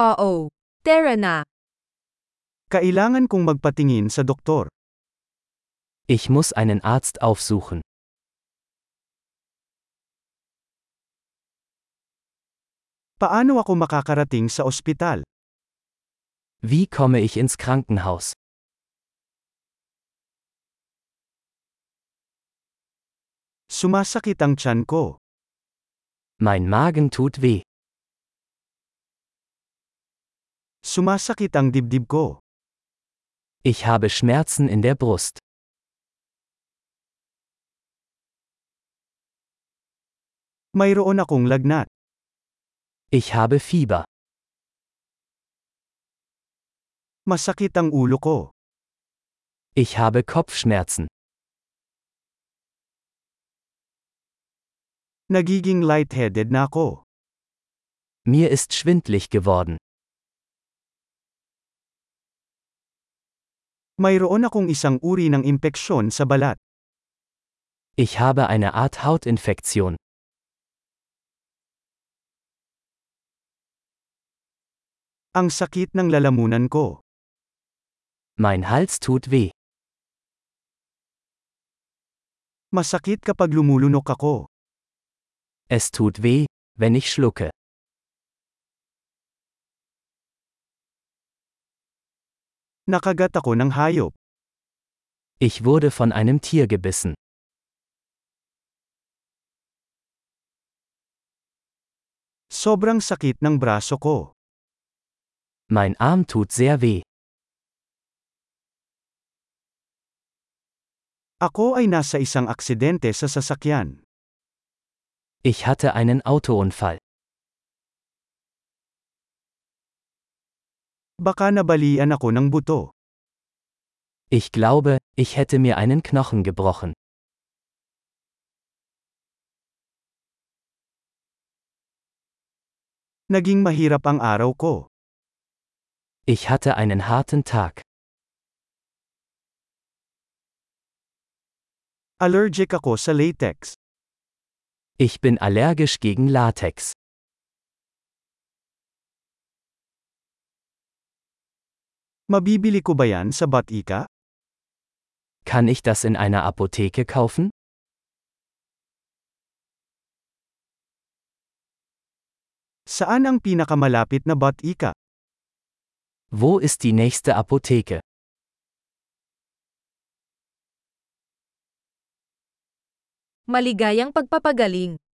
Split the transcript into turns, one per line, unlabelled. Oo. Tara na.
Kailangan kong magpatingin sa doktor.
Ich muss einen Arzt aufsuchen.
Paano ako makakarating sa ospital?
Wie komme ich ins Krankenhaus?
Sumasakit ang tiyan ko.
Mein Magen tut weh.
Sumasakit ang dibdib ko.
Ich habe Schmerzen in der Brust.
Mayroon akong lagnat.
Ich habe Fieber.
Masakit ang ulo ko.
Ich habe Kopfschmerzen.
Nagiging lightheaded na ako.
Mir ist schwindlig geworden.
Mayroon akong isang uri ng impeksyon sa balat.
Ich habe eine Art Hautinfektion.
Ang sakit ng lalamunan ko.
Mein Hals tut weh.
Masakit kapag lumulunok ako.
Es tut weh, wenn ich schlucke.
Nakagat ako ng hayop.
Ich wurde von einem Tier gebissen.
Sobrang sakit ng braso ko.
Mein Arm tut sehr weh.
Ako ay nasa isang aksidente sa sasakyan.
Ich hatte einen Autounfall.
Baka nabalian ako ng buto.
Ich glaube, ich hätte mir einen Knochen gebrochen.
Naging mahirap ang araw ko.
Ich hatte einen harten Tag.
Allergic ako sa latex.
Ich bin allergisch gegen Latex.
Mabibili ko ba yan sa Batika?
Kann ich das in einer Apotheke kaufen?
Saan ang pinakamalapit na Batika?
Wo ist die nächste Apotheke?
Maligayang pagpapagaling.